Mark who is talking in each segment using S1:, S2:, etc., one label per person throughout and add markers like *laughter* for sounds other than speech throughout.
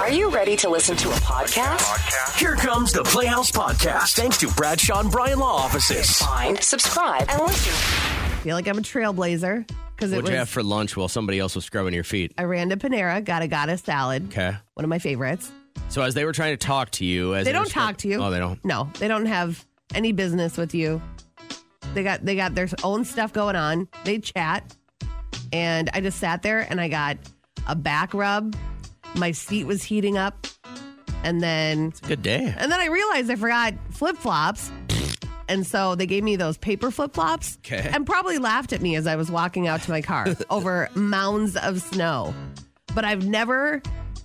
S1: Are you ready to listen to a podcast?
S2: Here comes the Playhouse Podcast, thanks to Bradshaw and Bryan Law Offices.
S1: Find, subscribe, and listen.
S3: feel like I'm a trailblazer because it
S4: What'd you
S3: was
S4: have for lunch while somebody else was scrubbing your feet?
S3: I ran to Panera, got a gotta salad,
S4: Okay.
S3: one of my favorites.
S4: So as they were trying to talk to you, as
S3: They
S4: it
S3: don't
S4: was scrub-
S3: talk to you.
S4: Oh, they don't.
S3: No, they don't have any business with you. They got they got their own stuff going on. They chat, and I just sat there and I got a back rub. My seat was heating up, and then
S4: Good day.
S3: and then I realized I forgot flip flops. And so they gave me those paper flip flops
S4: Okay.
S3: and probably laughed at me as I was walking out to my car
S4: *laughs*
S3: over mounds of snow. But I've never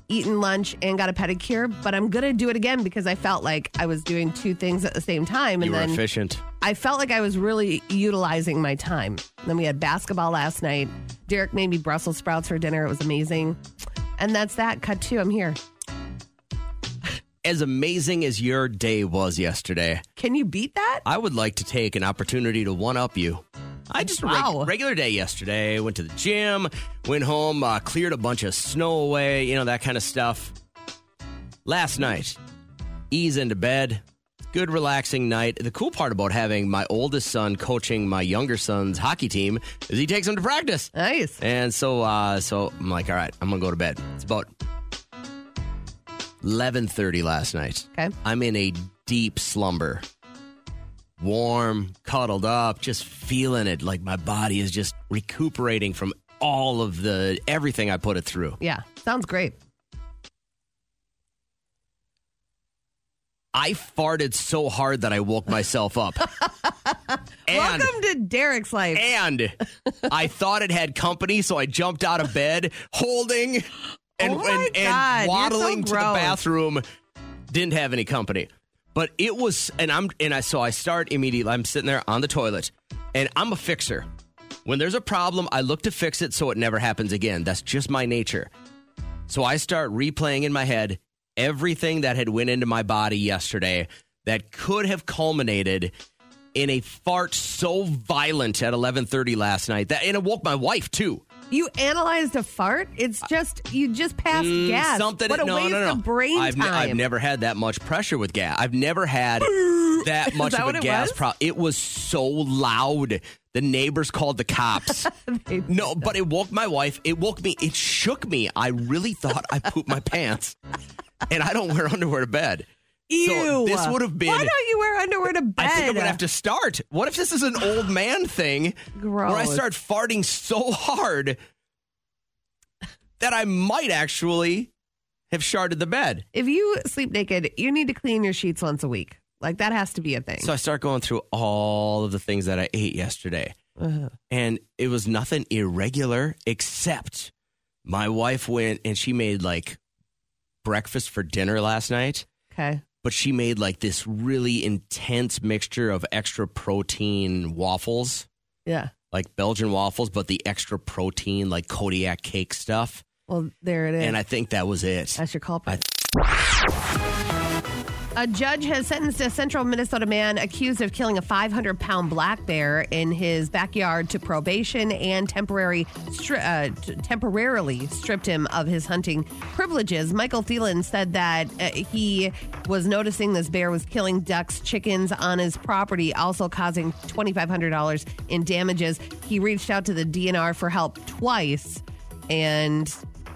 S3: eaten lunch and got a pedicure, but I'm going to do it again because I felt like I was doing two things at the same time. And
S4: You were
S3: then
S4: efficient.
S3: I felt like I was really utilizing my time. And then we had basketball last night. Derek made me Brussels sprouts for dinner. It was amazing. And that's that. Cut two. I'm here.
S4: As amazing as your day was yesterday,
S3: Can you beat that?
S4: I would like to take an opportunity to one up you. I just a reg-
S3: Wow.
S4: regular day yesterday. Went to the gym, went home, uh, cleared a bunch of snow away, you know that kind of stuff. Last night, ease into bed. Good relaxing night. The cool part about having my oldest son coaching my younger son's hockey team is he takes him to practice.
S3: Nice.
S4: And so, uh, so I'm like, all right, I'm gonna go to bed. It's about 11:30 last night.
S3: Okay.
S4: I'm in a deep slumber, warm, cuddled up, just feeling it. Like my body is just recuperating from all of the everything I put it through.
S3: Yeah, sounds great.
S4: I farted so hard that I woke myself up. and
S3: Welcome to Derek's life.
S4: and I thought it had company, so I jumped out of bed holding and,
S3: Oh my God,
S4: and, and
S3: you're so
S4: waddling to the
S3: gross.
S4: bathroom. Didn't have any company. But it was and I'm and I so I start immediately. I'm sitting there on the toilet and I'm a fixer. When there's a problem, I look to fix it so it never happens again. That's just my nature. So I start replaying in my head everything that had went into my body yesterday that could have culminated in a fart so violent at 11:30 last night that and it woke my wife too.
S3: you analyzed a fart? It's just you just passed gas.
S4: Uh, mm, Something
S3: what a
S4: no,
S3: waste
S4: no, no.
S3: of brain
S4: I've, ne-
S3: time.
S4: I've never had that much pressure with gas. I've never
S3: *laughs*
S4: had that much
S3: that
S4: of
S3: what
S4: a
S3: it
S4: gas
S3: was?
S4: problem. It was so loud. The neighbors called
S3: *laughs*
S4: the cops. no, but it woke my wife. It woke me. It shook me. I really thought I pooped my pants. And I don't wear underwear to bed.
S3: Ew.
S4: So this would have been
S3: Why don't you wear underwear to bed?
S4: I think I'm gonna have to start. What if this is an old man thing where I
S3: Gross.
S4: start farting so hard that I might actually have sharded the bed?
S3: if you sleep naked, you need to clean your sheets once a week. Like that has to be a thing.
S4: So I start going through all of the things that I ate yesterday,
S3: Ugh.
S4: and it was nothing irregular except my wife went and she made like breakfast for dinner last night.
S3: okay.
S4: But she made like this really intense mixture of extra protein waffles.
S3: Yeah.
S4: like Belgian waffles, but the extra protein, like Kodiak cake stuff.
S3: Well, there it is.
S4: And I think that was it.
S3: That's your culprit. A judge has sentenced a central Minnesota man accused of killing a 500 pound black bear in his backyard to probation and temporary stri- uh, t- temporarily stripped him of his hunting privileges. Michael Thielen said that uh, he was noticing this bear was killing ducks, chickens on his property, also causing $2,500 in damages. He reached out to the DNR for help twice and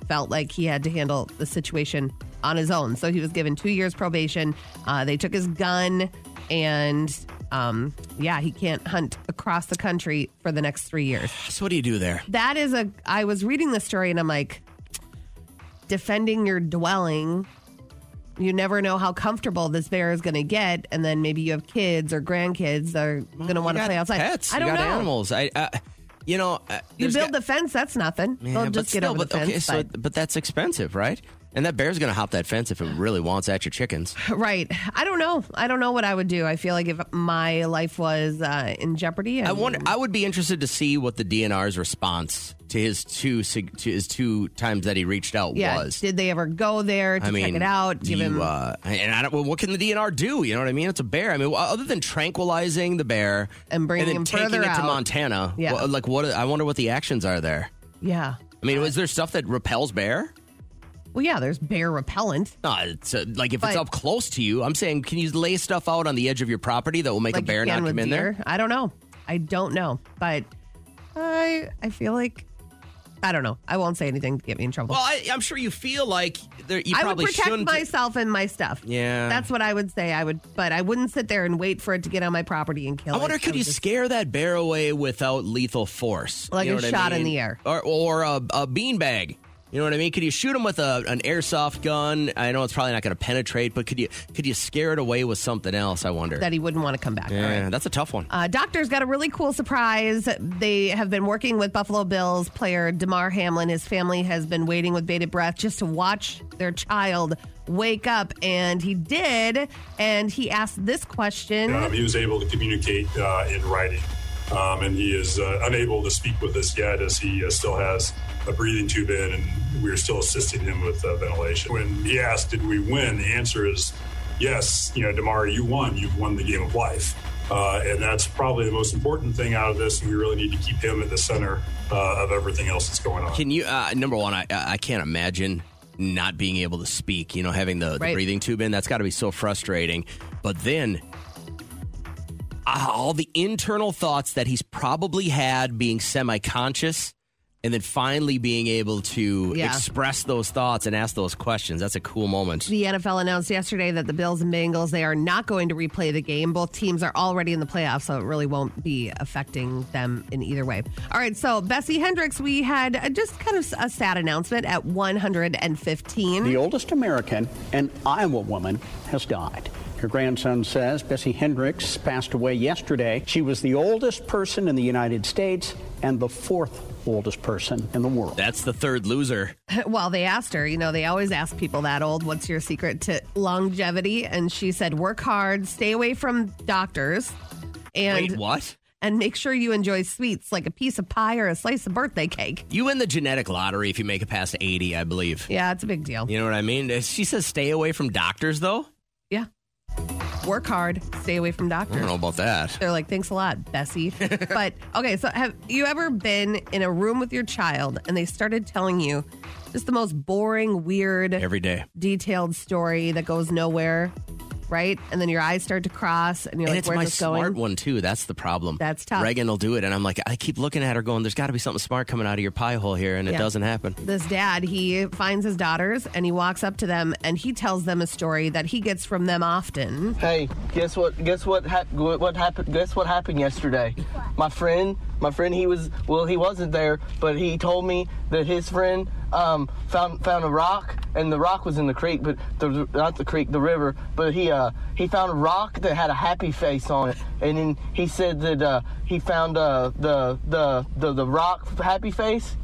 S3: felt like he had to handle the situation on his own. So he was given two years probation. Uh, they took his gun, and um, yeah, he can't hunt across the country for the next three years.
S4: So, what do you do there?
S3: That is a. I was reading the story, and I'm like, defending your dwelling. You never know how comfortable this bear is going to get, and then maybe you have kids or grandkids that are going to want to
S4: You got
S3: play outside.
S4: Pets.
S3: I
S4: you
S3: don't
S4: got
S3: know.
S4: animals. I, I, you know, uh,
S3: You
S4: there's
S3: build
S4: got-
S3: the fence, that's nothing.
S4: Yeah,
S3: They'll
S4: but
S3: just get
S4: still,
S3: over
S4: but,
S3: the fence.
S4: Okay, so,
S3: but-
S4: but that's expensive, right? And that bear's going to hop that fence if it really wants at your chickens.
S3: Right. I don't know. I don't know what I would do. I feel like if my life was uh, in jeopardy,
S4: I wonder. I would be interested to see what the DNR's response to his two sig- to his two times that he reached out
S3: Yeah.
S4: was.
S3: Did they ever go there to
S4: I mean,
S3: check it out?
S4: do
S3: Give
S4: you,
S3: him.
S4: uh, and I don't. Well, what can the DNR do? You know what I mean? It's a bear. I mean, well, other than tranquilizing the bear
S3: And bringing
S4: then
S3: him
S4: taking
S3: further
S4: it to
S3: out.
S4: Montana,
S3: Yeah.
S4: well, like what? I wonder what the actions are there.
S3: yeah.
S4: I mean, is there stuff that repels bear?
S3: Well, yeah, there's bear repellent.
S4: No, it's uh, like if it's
S3: But-
S4: up close to you. I'm saying, can you lay stuff out on the edge of your property that will make
S3: like
S4: a
S3: you
S4: bear
S3: can
S4: not
S3: with
S4: come in there?
S3: deer. I don't know. I don't know, but I I feel like I don't know. I won't say anything to get me in trouble.
S4: Well, I, I'm sure you feel like there, you
S3: I would
S4: probably
S3: protect
S4: shouldn't.
S3: myself and my stuff.
S4: Yeah.
S3: that's what I would say. I would, but I wouldn't sit there and wait for it to get on my property and kill.
S4: I
S3: it.
S4: wonder, could
S3: would
S4: you
S3: just-
S4: scare that bear away without lethal force?
S3: Like
S4: You know
S3: a
S4: what I
S3: shot in
S4: mean?
S3: the air.
S4: or or a, a beanbag. You know what I mean? Could you shoot him with a, an airsoft gun? I know it's probably not going to penetrate, but could you could you scare it away with something else? I wonder.
S3: that he wouldn't want to come back? All right.
S4: yeah, that's a tough one.
S3: Uh, doctors got a really cool surprise. They have been working with Buffalo Bills player DeMar Hamlin. His family has been waiting with bated breath just to watch their child wake up, and he did. And he asked this question.
S5: Um, he was able to communicate uh, in writing, um, and he is uh, unable to speak with us yet, as he uh, still has a breathing tube in, and we are still assisting him with uh, ventilation. When he asked, "Did we win?" the answer is yes. You know, Damari, you won. You've won the game of life, uh, and that's probably the most important thing out of this. And we really need to keep him at the center uh, of everything else that's going on.
S4: Can you? Uh, number one, I I can't imagine not being able to speak. You know, having the,
S3: Right.
S4: the breathing tube in that's got to be so frustrating. But then. ah, All the internal thoughts that he's probably had being semi conscious and then finally being able to
S3: Yeah.
S4: express those thoughts and ask those questions. That's a cool moment.
S3: The NFL announced yesterday that the Bills and Bengals they are not going to replay the game. Both teams are already in the playoffs, so it really won't be affecting them in either way. All right, so Bessie Hendricks, we had uh, just kind of a sad announcement at 115.
S6: The oldest American, an Iowa woman, has died. Her grandson says Bessie Hendricks passed away yesterday. She was the oldest person in the United States and the fourth oldest person in the world.
S4: That's the third loser.
S3: Well, they asked her, you know, they always ask people that old, what's your secret to longevity? And she said, work hard, stay away from doctors, and
S4: Wait, what?
S3: and make sure you enjoy sweets like a piece of pie or a slice of birthday cake.
S4: You win the genetic lottery if you make it past 80, I believe.
S3: Yeah, it's a big deal.
S4: You know what I mean? She says stay away from doctors, though.
S3: Yeah. Work hard, stay away from
S4: I
S3: doctors.
S4: don't know about that.
S3: They're like, thanks a lot,
S4: *laughs*
S3: Bessie. but okay, so have you ever been in a room with your child and they started telling you just the most boring, weird,
S4: Every day.
S3: detailed story that goes nowhere, right? And then your eyes start to cross, and you're
S4: and
S3: like,
S4: it's
S3: "Where's
S4: my
S3: this
S4: smart
S3: going?"
S4: one too. That's the problem.
S3: That's tough.
S4: Reagan will do it, and I'm like, I keep looking at her, going, "There's got to be something smart coming out of your pie hole here," and
S3: Yeah.
S4: it doesn't happen.
S3: This dad, he finds his daughters and he walks up to them and he tells them a story that he gets from them often.
S4: *laughs*
S7: Hey, guess what? Guess what? hap what happened? Guess what happened yesterday? My friend, my friend, he was well, he wasn't there, but he told me that his friend um, found found a rock, and the rock was in the creek, but the, not the creek, the river. But he uh, he found a rock that had a happy face on it, and then he said that uh, he found uh, the, the the the rock happy face.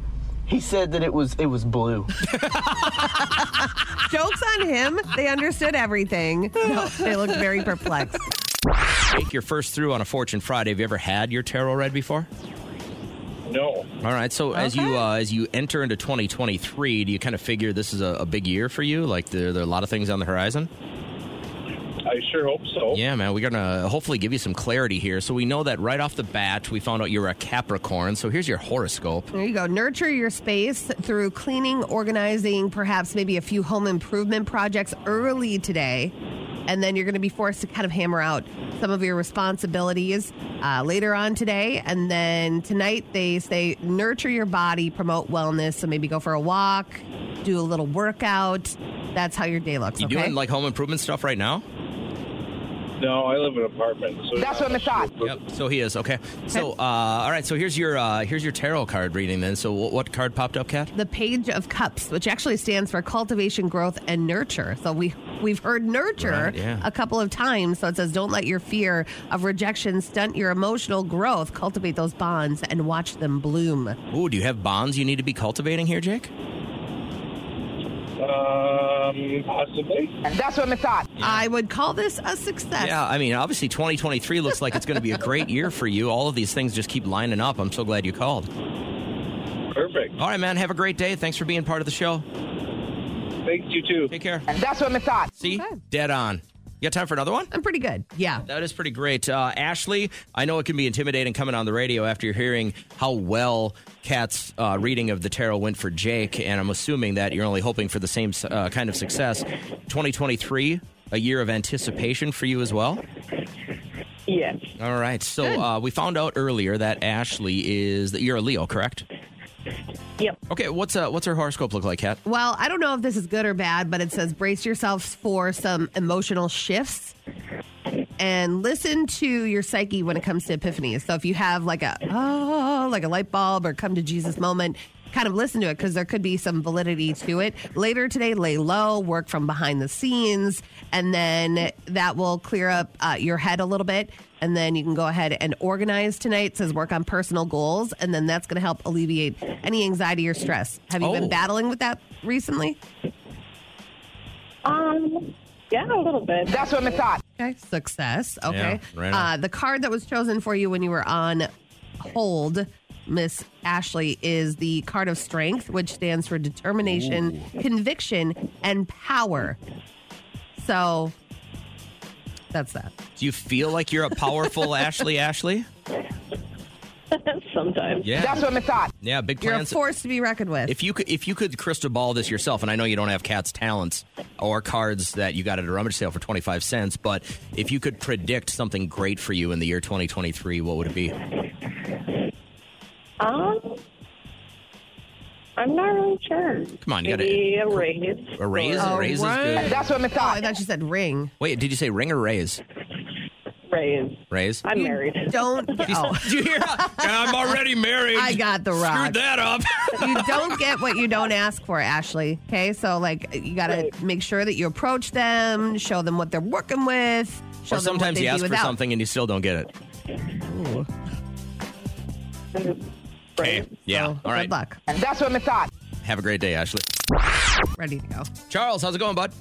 S7: He said that it was it was blue.
S3: Jokes on him. They understood
S4: *laughs*
S3: everything. No, they looked very perplexed.
S4: Take your first through on a Fortune Friday. Have you ever had your tarot read before?
S8: No.
S4: All right. So as you uh, as you enter into 2023, do you kind of figure this is a, a big year for you? Like there, there are a lot of things on the horizon.
S8: I sure hope so.
S4: Yeah, man. We're gonna hopefully give you some clarity here. So we know that right off the bat, we found out you're a Capricorn. So here's your horoscope.
S3: There you go. Nurture your space through cleaning, organizing, perhaps maybe a few home improvement projects early today. And then you're going to be forced to kind of hammer out some of your responsibilities uh, later on today. And then tonight, they say nurture your body, promote wellness. So maybe go for a walk, do a little workout. That's how your day looks.
S4: You
S3: okay?
S4: doing like home improvement stuff right now?
S8: No, I live in an apartment. So That's what I thought.
S4: Yep. So he is okay. So uh, all right. So here's your uh, here's your tarot card reading then. So what, what card popped up, Kat?
S3: the Page of Cups, which actually stands for cultivation, growth, and nurture. So we we've heard nurture
S4: Right, yeah.
S3: a couple of times. So it says, "Don't let your fear of rejection stunt your emotional growth. Cultivate those bonds and watch them bloom."
S4: Ooh, do you have bonds you need to be cultivating here, Jake?
S8: Um, possibly.
S3: I would call this a success.
S4: Yeah, I mean, obviously 2023 looks like it's going to be a great year for you. All of these things just keep lining up. I'm so glad you called.
S8: Perfect.
S4: All right, man. Have a great day. Thanks for being part of the show.
S8: Thanks, you too.
S4: Take care. That's what I thought. See?
S3: Okay.
S4: Dead on. You got time for another one?
S3: I'm pretty good. Yeah.
S4: That is pretty great. Uh, Ashley, I know it can be intimidating coming on the radio after you're hearing how well Kat's uh, reading of the tarot went for Jake, and I'm assuming that you're only hoping for the same uh, kind of success. 2023, a year of anticipation for you as well?
S9: Yes.
S4: All right. So uh, we found out earlier that Ashley is that you're a Leo, correct?
S9: Yep.
S4: Okay. What's uh, what's her horoscope look like, Kat?
S3: Well, I don't know if this is good or bad, but it says brace yourselves for some emotional shifts and listen to your psyche when it comes to epiphanies. So if you have like a oh, like a light bulb or come to Jesus moment, kind of listen to it because there could be some validity to it. Later today, lay low, work from behind the scenes, and then that will clear up uh, your head a little bit. And then you can go ahead and organize tonight. It says work on personal goals, and then that's going to help alleviate any anxiety or stress. Have you
S4: Oh.
S3: been battling with that recently?
S9: Um, yeah, a little bit. That's what I thought.
S3: Okay, success. Okay.
S4: Yeah, right
S3: uh,
S4: on.
S3: the card that was chosen for you when you were on hold, Miss Ashley, is the card of strength, which stands for determination, conviction, and power. So that's that.
S4: Do you feel like you're a
S3: *laughs*
S4: powerful Ashley? Ashley?
S9: *laughs* Sometimes.
S4: Yeah. That's what I thought. Yeah. Big
S3: You're
S4: plans.
S3: a force to be reckoned with.
S4: If you could, if you could crystal ball this yourself, and I know you don't have Cat's talents or cards that you got at a rummage sale for twenty five cents, but if you could predict something great for you in the year twenty twenty three, what would it be?
S9: Um, I'm not really sure.
S4: Come on, you gotta-
S9: Maybe a raise. Uh,
S4: A raise,
S9: Or
S4: a raise is good.
S3: That's what I thought. Oh, I thought you said ring.
S4: Wait, did you say ring or raise?
S9: raise.
S4: Raise.
S9: I'm married. *laughs*
S3: Don't. Oh,
S4: *laughs* Did you hear? Yeah, I'm already married.
S3: I got the rock.
S4: Screwed
S3: *laughs*
S4: that up. *laughs*
S3: you don't get what you don't ask for, Ashley. Okay, so like you got to
S9: Right.
S3: make sure that you approach them, show them what they're working with. Show
S4: or
S3: them what
S4: sometimes
S3: they
S4: you
S3: do
S4: ask for
S3: without.
S4: something and you still don't get it.
S9: Raise.
S4: Yeah.
S3: So,
S4: All right.
S3: Good luck.
S4: Have a great day, Ashley.
S3: Ready to go.
S4: Charles, how's it going, bud?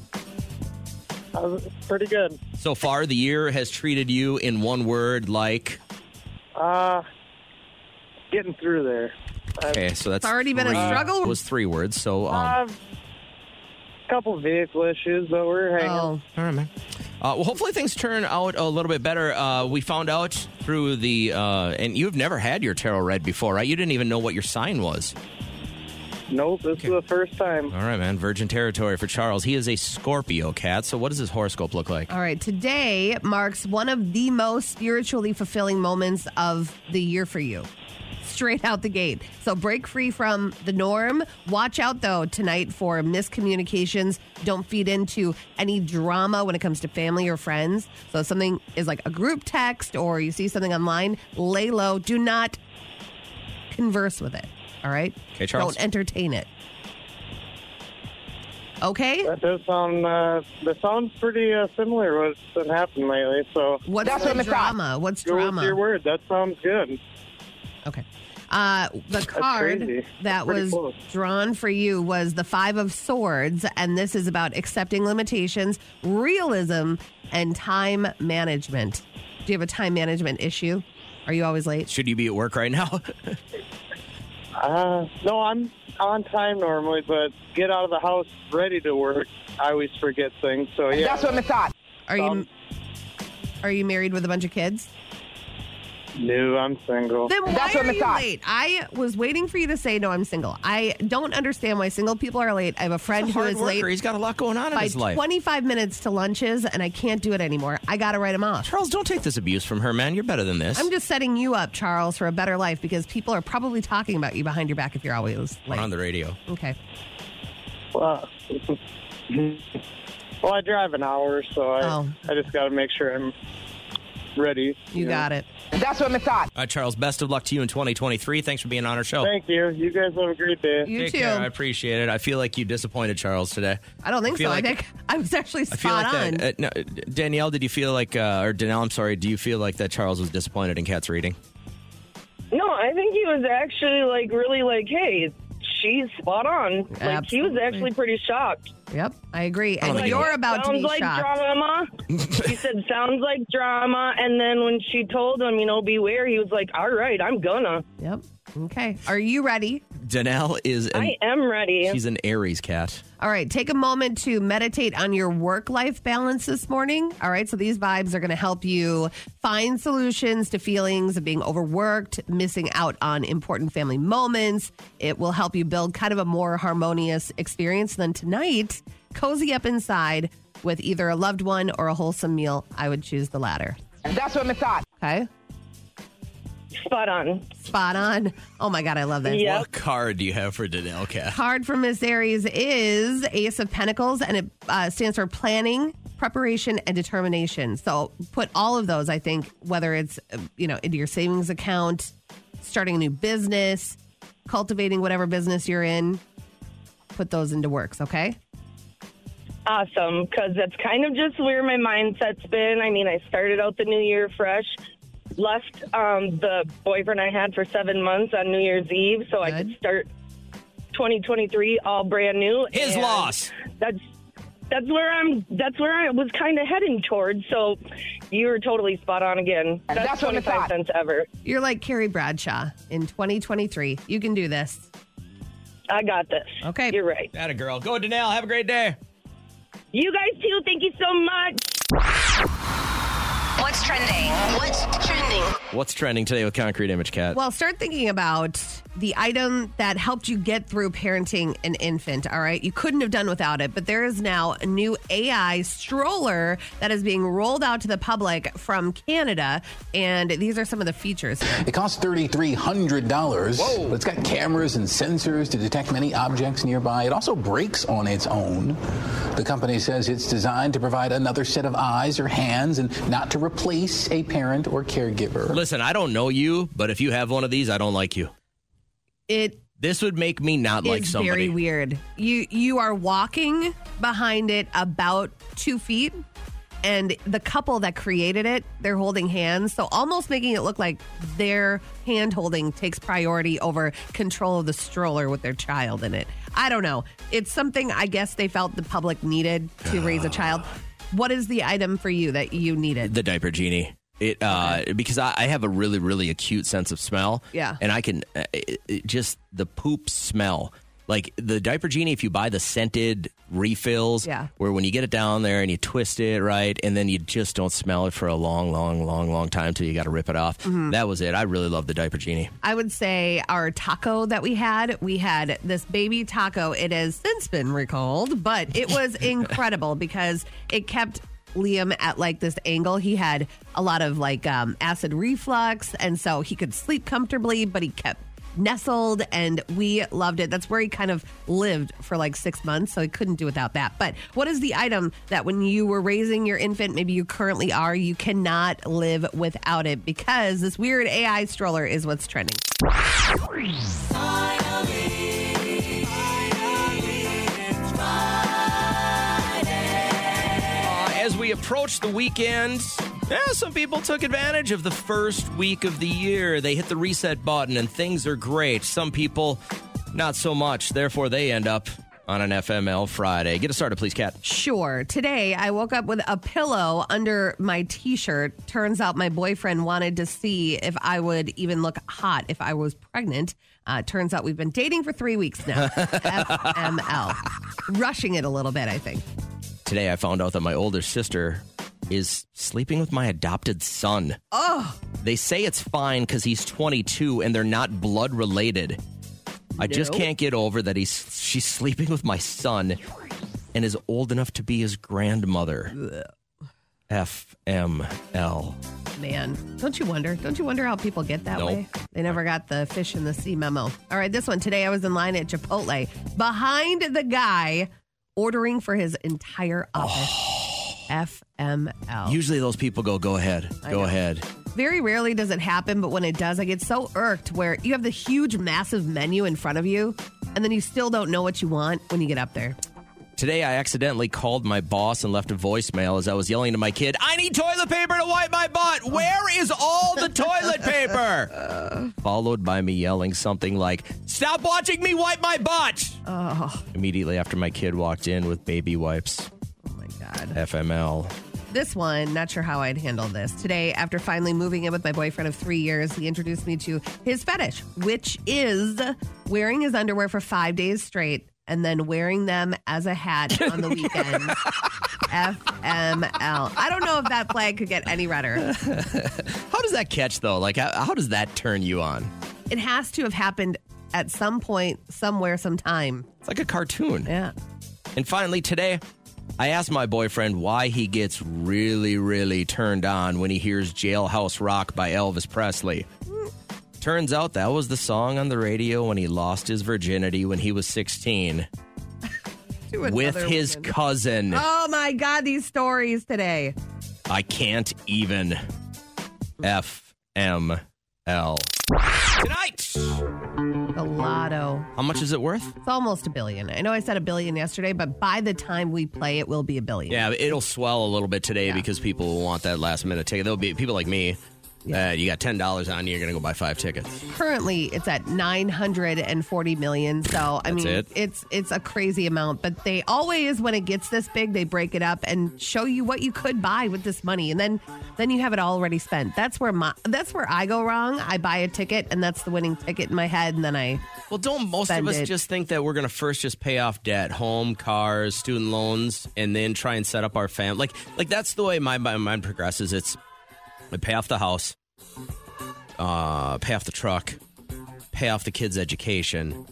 S9: That was Uh, pretty good.
S4: So far, the year has treated you in one word like.
S9: Uh, getting through there.
S4: Okay, so that's
S3: Uh, It's already been a
S4: three-
S3: struggle?
S4: Was three words. So, um,
S9: Um, couple vehicle issues, but we're hanging.
S3: Oh,
S4: All right, man. Uh, well, hopefully things turn out a little bit better. Uh, we found out through the, uh, and you've never had your tarot read before, right? You didn't even know what your sign was.
S9: Nope, this is the first time.
S4: All right, man. Virgin territory for Charles. He is a Scorpio cat. So, what does his horoscope look like?
S3: all right. Today marks one of the most spiritually fulfilling moments of the year for you. Straight out the gate. So break free from the norm. Watch out though tonight for miscommunications. Don't feed into any drama when it comes to family or friends. So if something is like a group text or you see something online, lay low. Do not converse with it. All right.
S4: Okay, Charles.
S3: Don't entertain it. Okay.
S9: That does sound, uh, that sounds pretty uh, similar to what's been happening lately, so.
S3: What's the drama? What's
S9: Go
S3: drama?
S9: with your word. That sounds good.
S3: Okay. Uh, the card
S9: crazy.
S3: that
S9: Pretty
S3: was
S9: close.
S3: drawn for you was the Five of Swords, and this is about accepting limitations, realism, and time management. Do you have a time management issue? Are you always late?
S4: Should you be at work right now? *laughs*
S9: Uh, no, I'm on time normally, but get out of the house ready to work. I always forget things, so yeah. That's what I thought.
S3: Are you
S9: Um,
S3: are you married with a bunch of kids?
S9: No, I'm single.
S3: Then why are you late? I was waiting for you to say no. I'm single. I don't understand why single people are late. I have a friend who
S4: Hard
S3: is
S4: worker.
S3: late
S4: He's got a lot going on in
S3: by
S4: his life.
S3: 25 minutes to lunches, and I can't do it anymore. I got to write him off.
S4: Charles, don't take this abuse from her, man. You're better than this.
S3: I'm just setting you up, Charles, for a better life because people are probably talking about you behind your back if you're always
S4: We're
S3: late.
S4: on the radio.
S3: okay.
S9: Well, *laughs* well, I drive an hour, so I,
S3: Oh.
S9: I just got to make sure I'm ready.
S3: You got it.
S4: All right, Charles, best of luck to you in 2023. Thanks for being on our show.
S9: Thank you. You guys have a great day.
S3: You
S4: Take
S3: too.
S4: care. I appreciate it. I feel like you disappointed Charles today.
S3: I don't think
S4: feel
S3: so.
S4: like-
S3: I think *laughs* I was actually
S4: I feel
S3: spot
S4: like
S3: on.
S4: that. Uh, no, Danielle, did you feel like, uh, or Danielle, I'm sorry, do you feel like that Charles was disappointed in Kat's reading?
S10: No, I think he was actually like really like, hey, she's spot on. Like he
S3: Absolutely.
S10: was actually pretty shocked.
S3: yep, I agree. And
S4: think
S3: you're about to
S10: sounds
S3: be
S10: like
S3: shocked.
S10: drama.
S3: *laughs*
S10: he said sounds like drama, and then when she told him, you know, beware, he was like, all right, I'm gonna.
S3: Yep. Okay. Are you ready?
S4: Danelle is an,
S10: I am ready.
S4: she's an Aries cat.
S3: All right, take a moment to meditate on your work life balance this morning. All right, so these vibes are going to help you find solutions to feelings of being overworked, missing out on important family moments. It will help you build kind of a more harmonious experience. Then tonight, cozy up inside with either a loved one or a wholesome meal. I would choose the latter.
S11: That's what I thought.
S3: Okay,
S10: Spot on.
S3: spot on. Oh my God, I love that.
S10: Yep.
S4: What card do you have for Danelle cat?
S3: card for Miss Aries is Ace of Pentacles, and it uh, stands for planning, preparation, and determination. So put all of those, I think, whether it's uh, you know into your savings account, starting a new business, cultivating whatever business you're in, put those into works. Okay.
S10: Awesome, because that's kind of just where my mindset's been. I mean, I started out the new year fresh, left um, the boyfriend I had for seven months on New Year's Eve, so I
S3: Good.
S10: could start 2023 all brand new.
S4: His
S10: and
S4: loss.
S10: That's that's where I'm. That's where I was kind of heading towards. So you were totally spot on again. That's,
S11: That's what I
S10: 25
S11: thought.
S10: cents ever.
S3: You're like Carrie Bradshaw in 2023. You can do this.
S10: I got this.
S3: Okay.
S10: you're right.
S4: That a girl. Go Danelle. Have a great day.
S10: You guys too. Thank you so much.
S1: What's trending? What's trending?
S4: What's trending today with Concrete Image Cat?
S3: Well, start thinking about the item that helped you get through parenting an infant, all right? You couldn't have done without it, but there is now a new AI stroller that is being rolled out to the public from Canada, and these are some of the features. here.
S12: It costs $3,300. Whoa. It's got cameras and sensors to detect many objects nearby. It also brakes on its own. The company says it's designed to provide another set of eyes or hands and not to replace a parent or caregiver.
S4: Listen, I don't know you, but if you have one of these, I don't like you.
S3: It
S4: This would make me not like
S3: is
S4: somebody.
S3: very weird. You you are walking behind it about two feet, and the couple that created it, they're holding hands, so almost making it look like their hand holding takes priority over control of the stroller with their child in it. I don't know. It's something I guess they felt the public needed to raise a child. What is the item for you that you needed?
S4: the diaper genie. It uh, because I, I have a really really acute sense of smell.
S3: Yeah.
S4: and I can uh, it, it just the poop smell. Like the diaper genie, if you buy the scented refills,
S3: Yeah.
S4: where when you get it down there and you twist it right, and then you just don't smell it for a long, long, long, long time till you got to rip it off.
S3: Mm-hmm.
S4: That was it. I really love the diaper genie.
S3: I would say our taco that we had, we had this baby taco. It has since been recalled, but it was incredible because it kept Liam at like this angle. He had a lot of like um, acid reflux, and so he could sleep comfortably, but he kept nestled and we loved it that's where he kind of lived for like six months so he couldn't do without that but what is the item that when you were raising your infant maybe you currently are you cannot live without it because this weird ai stroller is what's trending
S4: Uh, as we approach the weekend, eh, some people took advantage of the first week of the year. They hit the reset button and things are great. Some people, not so much. Therefore, they end up on an FML Friday. Get us started, please, Kat.
S3: Sure. Today, I woke up with a pillow under my t shirt. Turns out my boyfriend wanted to see if I would even look hot if I was pregnant. Uh, turns out we've been dating for three weeks now. FML. Rushing it a little bit, I think.
S4: Today, I found out that my older sister is sleeping with my adopted son. Oh. They say it's fine because he's 22 and they're not blood related. I just
S3: No.
S4: can't get over that he's she's sleeping with my son and is old enough to be his grandmother. FML.
S3: Man, don't you wonder? Don't you wonder how people get that
S4: Nope.
S3: way? They never got the fish in the sea memo. All right, this one. Today I was in line at Chipotle behind the guy ordering for his entire office. FML.
S4: Usually those people go, go ahead, go
S3: know.
S4: ahead.
S3: Very rarely does it happen, but when it does, I get so irked where you have the huge, massive menu in front of you, and then you still don't know what you want when you get up there.
S4: Today, I accidentally called my boss and left a voicemail as I was yelling to my kid, I need toilet paper to wipe my butt. Where is all the toilet paper? Followed by me yelling something like, Stop watching me wipe my butt. Immediately after my kid walked in with baby wipes.
S3: Oh my God.
S4: FML.
S3: This one, not sure how I'd handle this. Today, after finally moving in with my boyfriend of three years, he introduced me to his fetish, which is wearing his underwear for five days straight and then wearing them as a hat on the weekend. FML. I don't know if that flag could get any redder.
S4: How does that catch though? Like, how, how does that turn you on?
S3: It has to have happened at some point, somewhere, sometime.
S4: It's like a cartoon.
S3: Yeah.
S4: And finally, today, I asked my boyfriend why he gets really, really turned on when he hears Jailhouse Rock by Elvis Presley. Turns out that was the song on the radio when he lost his virginity when he was 16
S3: To
S4: with
S3: another
S4: his
S3: woman.
S4: cousin.
S3: Oh my God, these stories today.
S4: I can't even. FML. Tonight!
S3: The lotto.
S4: How much is it worth?
S3: It's almost a billion. I know I said a billion yesterday, but by the time we play, it will be a billion.
S4: Yeah, it'll swell a little bit today because people will want that last minute ticket. There'll be people like me. Uh, you got ten dollars on you. You're gonna go buy five tickets.
S3: Currently, it's at 940 million. So, I
S4: That's
S3: mean,
S4: it?
S3: it's it's a crazy amount, but they always when it gets this big, they break it up and show you what you could buy with this money. And then then you have it already spent. That's where my that's where I go wrong. I buy a ticket and that's the winning ticket in my head and then I
S4: Well, don't most
S3: spend
S4: of us
S3: it.
S4: just think that we're gonna first just pay off debt, home, cars, student loans, and then try and set up our family? Like, like that's the way my, my mind progresses. It's I pay off the house, uh, pay off the truck, pay off the kids' education,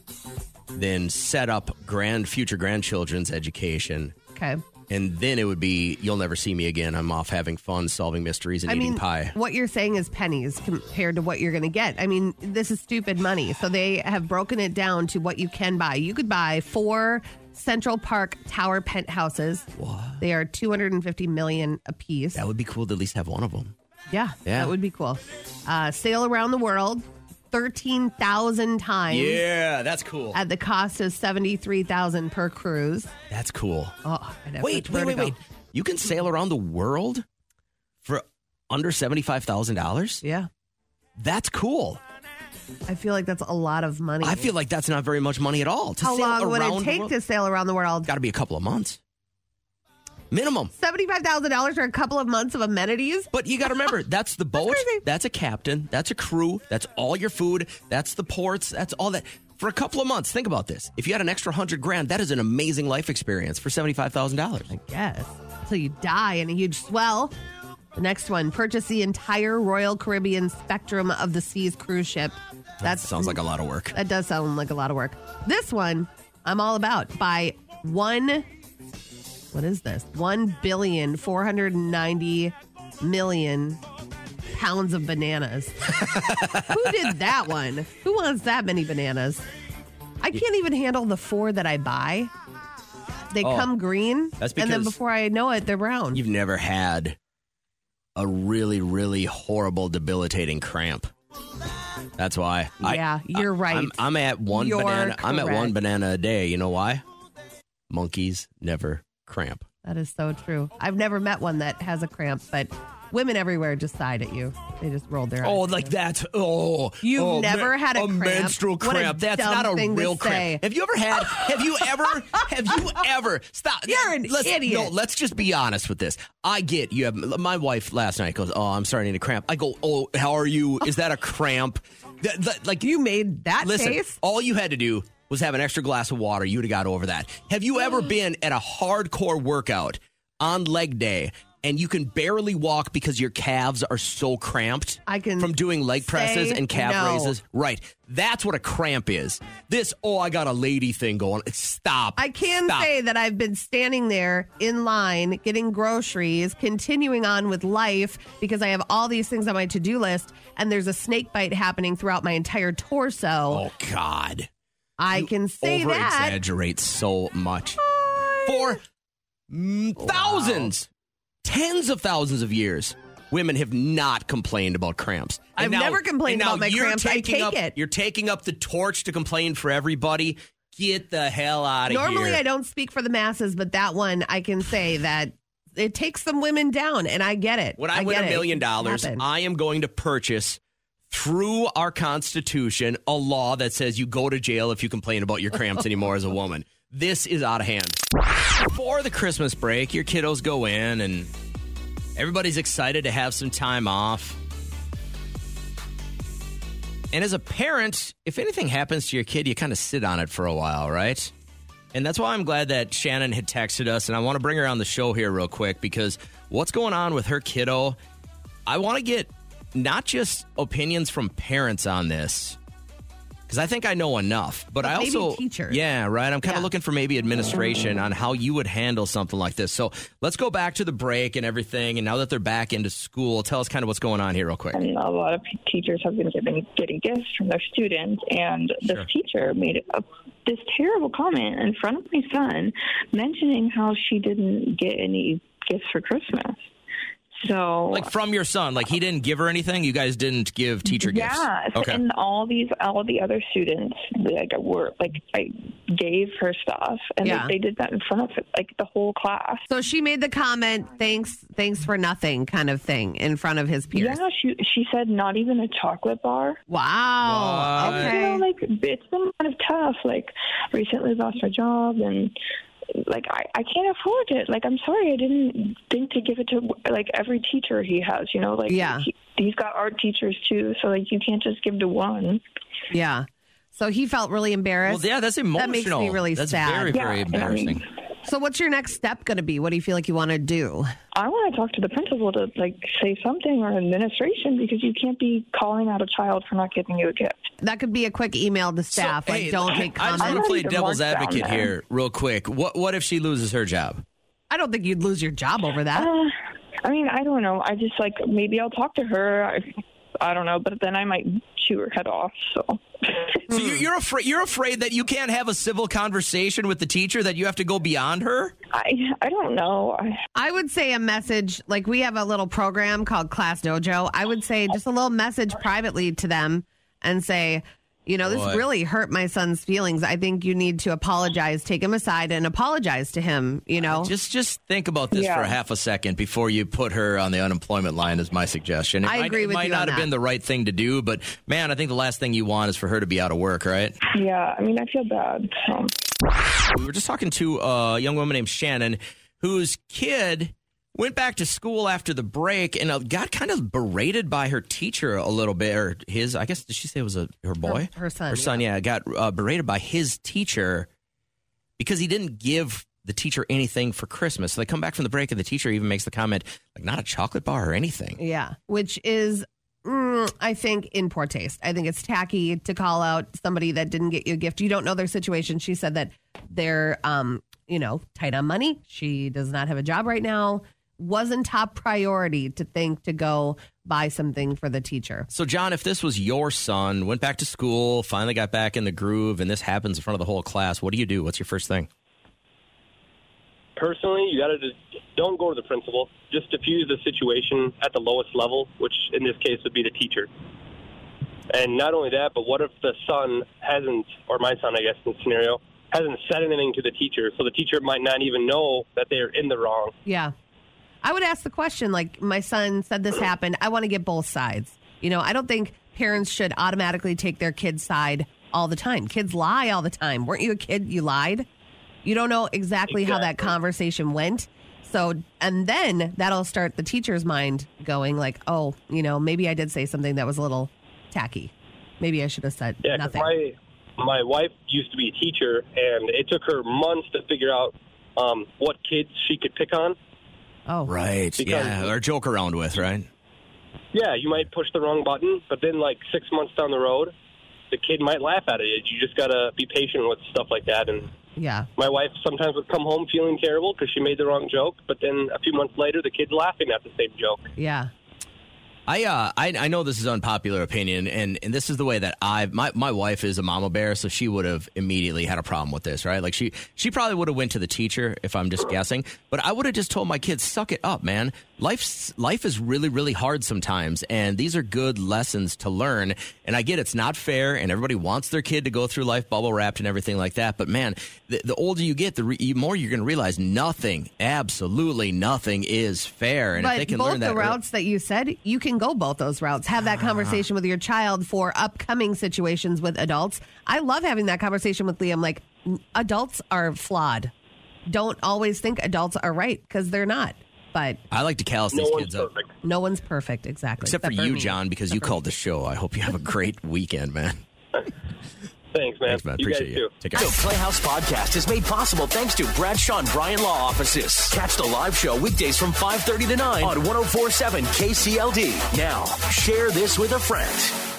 S4: then set up grand future grandchildren's education.
S3: okay.
S4: And then it would be, you'll never see me again. I'm off having fun, solving mysteries, and
S3: I
S4: eating
S3: mean,
S4: pie.
S3: what you're saying is pennies compared to what you're going to get. I mean, this is stupid money. So they have broken it down to what you can buy. You could buy four Central Park Tower penthouses. They are 250 million apiece.
S4: That would be cool to at least have one of them.
S3: yeah,
S4: Yeah.
S3: that would be cool. Uh, sail around the world 13,000 times
S4: Yeah, that's cool.
S3: at the cost of 73,000 per cruise.
S4: That's cool.
S3: Oh, I'd have
S4: Wait,
S3: such
S4: wait, wait,
S3: vertigo.
S4: wait. You can sail around the world for under $75,000?
S3: Yeah.
S4: That's cool.
S3: I feel like that's a lot of money.
S4: I feel like that's not very much money at all. To
S3: How
S4: sail
S3: long would
S4: around
S3: it
S4: the
S3: take
S4: world.
S3: to sail around the world?
S4: Got to be a couple of months. Minimum.
S3: Seventy-five thousand dollars for a couple of months of amenities.
S4: But you got
S3: *laughs*
S4: to remember, that's the boat,
S3: crazy.
S4: that's a captain, that's a crew, that's all your food, that's the ports, that's all that. For a couple of months, think about this. If you had an extra hundred grand, that is an amazing life experience for seventy-five thousand dollars.
S3: Yes, till you die in a huge swell. The next one: purchase the entire Royal Caribbean Spectrum of the Seas cruise ship.
S4: That sounds like a lot of work.
S3: That does sound like a lot of work. This one, I'm all about. Buy one. What is this? One billion four hundred ninety million pounds of bananas. *laughs* Who did that one? Who wants that many bananas? I can't even handle the four that I buy. They
S4: Oh.
S3: come green,
S4: That's
S3: and then
S4: because-
S3: before I know it, they're brown.
S4: You've never had a really, really horrible, debilitating cramp. That's why.
S3: Yeah, you're right.
S4: I'm, I'm at one
S3: You're
S4: banana. I'm at one
S3: correct.
S4: banana a day. You know why? Monkeys never cramp.
S3: That is so true. I've never met one that has a cramp, but women everywhere just sighed at you. They just rolled their eyes.
S4: Oh, like that's oh.
S3: You've
S4: oh,
S3: never had a cramp?
S4: menstrual
S3: What a
S4: cramp. that's
S3: dumb
S4: not a
S3: thing to
S4: real
S3: say.
S4: cramp. Have you ever had? Have you ever?
S3: *laughs*
S4: Have you ever? Stop.
S3: You're an
S4: let's,
S3: idiot.
S4: No, let's just be honest with this. I get you have my wife last night goes, "Oh, I'm starting to cramp." I go, "Oh, how are you? Is that a cramp?" That- that- like
S3: You made that
S4: listen,
S3: face?
S4: all you had to do was have an extra glass of water. You'd have got over that. Have you
S3: Mm.
S4: ever been at a hardcore workout on leg day and you can barely walk because your calves are so cramped?
S3: I can
S4: from doing leg presses
S3: say
S4: and calf
S3: no.
S4: raises. Right. That's what a cramp is. This oh, I got a lady thing going. Stop.
S3: I can
S4: Stop.
S3: say that I've been standing there in line getting groceries, continuing on with life because I have all these things on my to do list, and there's a snake bite happening throughout my entire torso.
S4: Oh God.
S3: I can say
S4: Over
S3: that.
S4: exaggerate so much. For mm,
S3: Oh,
S4: thousands, tens of thousands of years, women have not complained about cramps. And
S3: I've never complained
S4: and now
S3: about my
S4: you're
S3: cramps. I
S4: taking
S3: take
S4: up-
S3: it.
S4: You're taking up the torch to complain for everybody. Get the hell out of here.
S3: Normally, I don't speak for the masses, but that one I can say that it takes some women down, and I get it.
S4: When I, win
S3: get
S4: a
S3: it.
S4: million
S3: It can
S4: dollars,
S3: happen.
S4: I am going to purchase through our Constitution a law that says you go to jail if you complain about your cramps anymore as a woman. This is out of hand. Before the Christmas break, your kiddos go in and Everybody's excited to have some time off. And as a parent, if anything happens to your kid, you kind of sit on it for a while, right? And that's why I'm glad that Shannon had texted us. And I want to bring her on the show here real quick because what's going on with her kiddo? I want to get not just opinions from parents on this because I think I know enough, but, I
S3: maybe
S4: also
S3: teachers.
S4: yeah, right. I'm kind of looking for maybe administration on how you would handle something like this. So let's go back to the break and everything. And now that they're back into school, tell us kind of what's going on here real quick.
S11: And a lot of teachers have been getting, getting gifts from their students. And this
S4: Sure.
S11: teacher made a, this terrible comment in front of my son, mentioning how she didn't get any gifts for Christmas. So
S4: Like from your son, like he didn't give her anything. You guys didn't give teacher gifts.
S11: yeah, so-
S4: Okay.
S11: and all these all the other students like were like I gave her stuff, and
S3: Yeah.
S11: they, they did that in front of like the whole class.
S3: So she made the comment, "Thanks, thanks for nothing," kind of thing, in front of his peers.
S11: Yeah, she she said not even a chocolate bar.
S3: Wow. What? Okay.
S11: You know, like it's been kind of tough. Like recently lost my job and like I, I can't afford it. Like I'm sorry, I didn't think to give it to like every teacher he has. You know, like
S3: Yeah.
S11: he, he's got art teachers too. So like you can't just give to one.
S3: Yeah. So he felt really embarrassed.
S4: Well, yeah, that's emotional.
S3: That makes me really
S4: That's
S3: sad.
S4: very, very embarrassing.
S3: So what's your next step going to be? What do you feel like you want to do?
S11: I want to talk to the principal to like say something or administration because you can't be calling out a child for not giving you a gift.
S3: That could be a quick email to staff. like, don't make
S4: I
S3: comments.
S4: just want to play devil's
S11: mark down
S4: advocate
S11: there.
S4: here, real quick. What what if she loses her job?
S3: I don't think you'd lose your job over that.
S11: Uh, I mean, I don't know. I just like maybe I'll talk to her. I, I don't know, but then I might chew her head off. So *laughs*
S4: So you, you're afraid you're afraid that you can't have a civil conversation with the teacher that you have to go beyond her.
S11: I I don't know. I,
S3: I would say a message, like we have a little program called Class Dojo. I would say just a little message privately to them and say, you know, this
S4: Boy.
S3: really hurt my son's feelings. I think you need to apologize, take him aside and apologize to him, you know?
S4: Just just think about this
S3: Yeah.
S4: for a half a second before you put her on the unemployment line. Is my suggestion. It
S3: I
S4: might,
S3: agree
S4: it
S3: with
S4: might
S3: you
S4: not
S3: on
S4: have
S3: that.
S4: been the right thing to do, but man, I think the last thing you want is for her to be out of work, right?
S11: yeah, I mean, I feel bad. So.
S4: We were just talking to a young woman named Shannon whose kid went back to school after the break and uh, got kind of berated by her teacher a little bit, or his, I guess, did she say it was a, her boy?
S3: her son,
S4: Her son, yeah, got uh, berated by his teacher because he didn't give the teacher anything for Christmas. So they come back from the break and the teacher even makes the comment, like, not a chocolate bar or anything.
S3: Yeah, which is, mm, I think, in poor taste. I think it's tacky to call out somebody that didn't get you a gift. You don't know their situation. She said that they're, um, you know, tight on money. She does not have a job right now. Wasn't top priority to think to go buy something for the teacher.
S4: So, John, if this was your son, went back to school, finally got back in the groove, and this happens in front of the whole class, what do you do? What's your first thing?
S13: personally, you got to just don't go to the principal. Just diffuse the situation at the lowest level, which in this case would be the teacher. And not only that, but what if the son hasn't, or my son, I guess, in this scenario, hasn't said anything to the teacher, so the teacher might not even know that they are in the wrong.
S3: Yeah. I would ask the question like, my son said this happened. I want to get both sides. You know, I don't think parents should automatically take their kid's side all the time. Kids lie all the time. Weren't you a kid? You lied. You don't know exactly, how that conversation went. So, and then that'll start the teacher's mind going, like, oh, you know, maybe I did say something that was a little tacky. Maybe I should have said
S13: Yeah, 'cause
S3: nothing.
S13: my my wife used to be a teacher, and it took her months to figure out um, what kids she could pick on.
S3: Oh.
S4: Right. yeah. Or joke around with, right?
S13: Yeah, you might push the wrong button, but then like six months down the road, the kid might laugh at it. You just gotta be patient with stuff like that. And
S3: yeah.
S13: my wife sometimes would come home feeling terrible because she made the wrong joke, but then a few months later, the kid's laughing at the same joke.
S3: Yeah.
S4: I, uh, I I know this is unpopular opinion, and, and this is the way that I my, my wife is a mama bear, so she would have immediately had a problem with this, right? Like she she probably would have went to the teacher if I'm just guessing, but I would have just told my kids, "Suck it up, man. Life's life is really really hard sometimes, and these are good lessons to learn." And I get it's not fair, and everybody wants their kid to go through life bubble wrapped and everything like that, but man, the, the older you get, the re- you- more you're going to realize nothing, absolutely nothing, is fair, and
S3: but
S4: if they can
S3: both
S4: learn that. Ah.
S3: the
S4: ear-
S3: routes that you said, you can go both those routes. Have that conversation with your child for upcoming situations with adults. I love having that conversation with Liam. Like, n- adults are flawed. Don't always think adults are right because they're not. But
S4: I like to callous
S3: No
S4: these
S3: one's
S4: kids up.
S3: no one's perfect, exactly.
S4: Except, for you,
S3: me.
S4: John, because you called the show. I hope you have a great weekend, man.
S13: Thanks, man.
S4: Thanks, man. Appreciate you. Take care.
S2: The Playhouse Podcast is made possible thanks to Bradshaw and Bryan Law Offices. Catch the live show weekdays from 5.30 to 9 on 104.7 KCLD. Now, share this with a friend.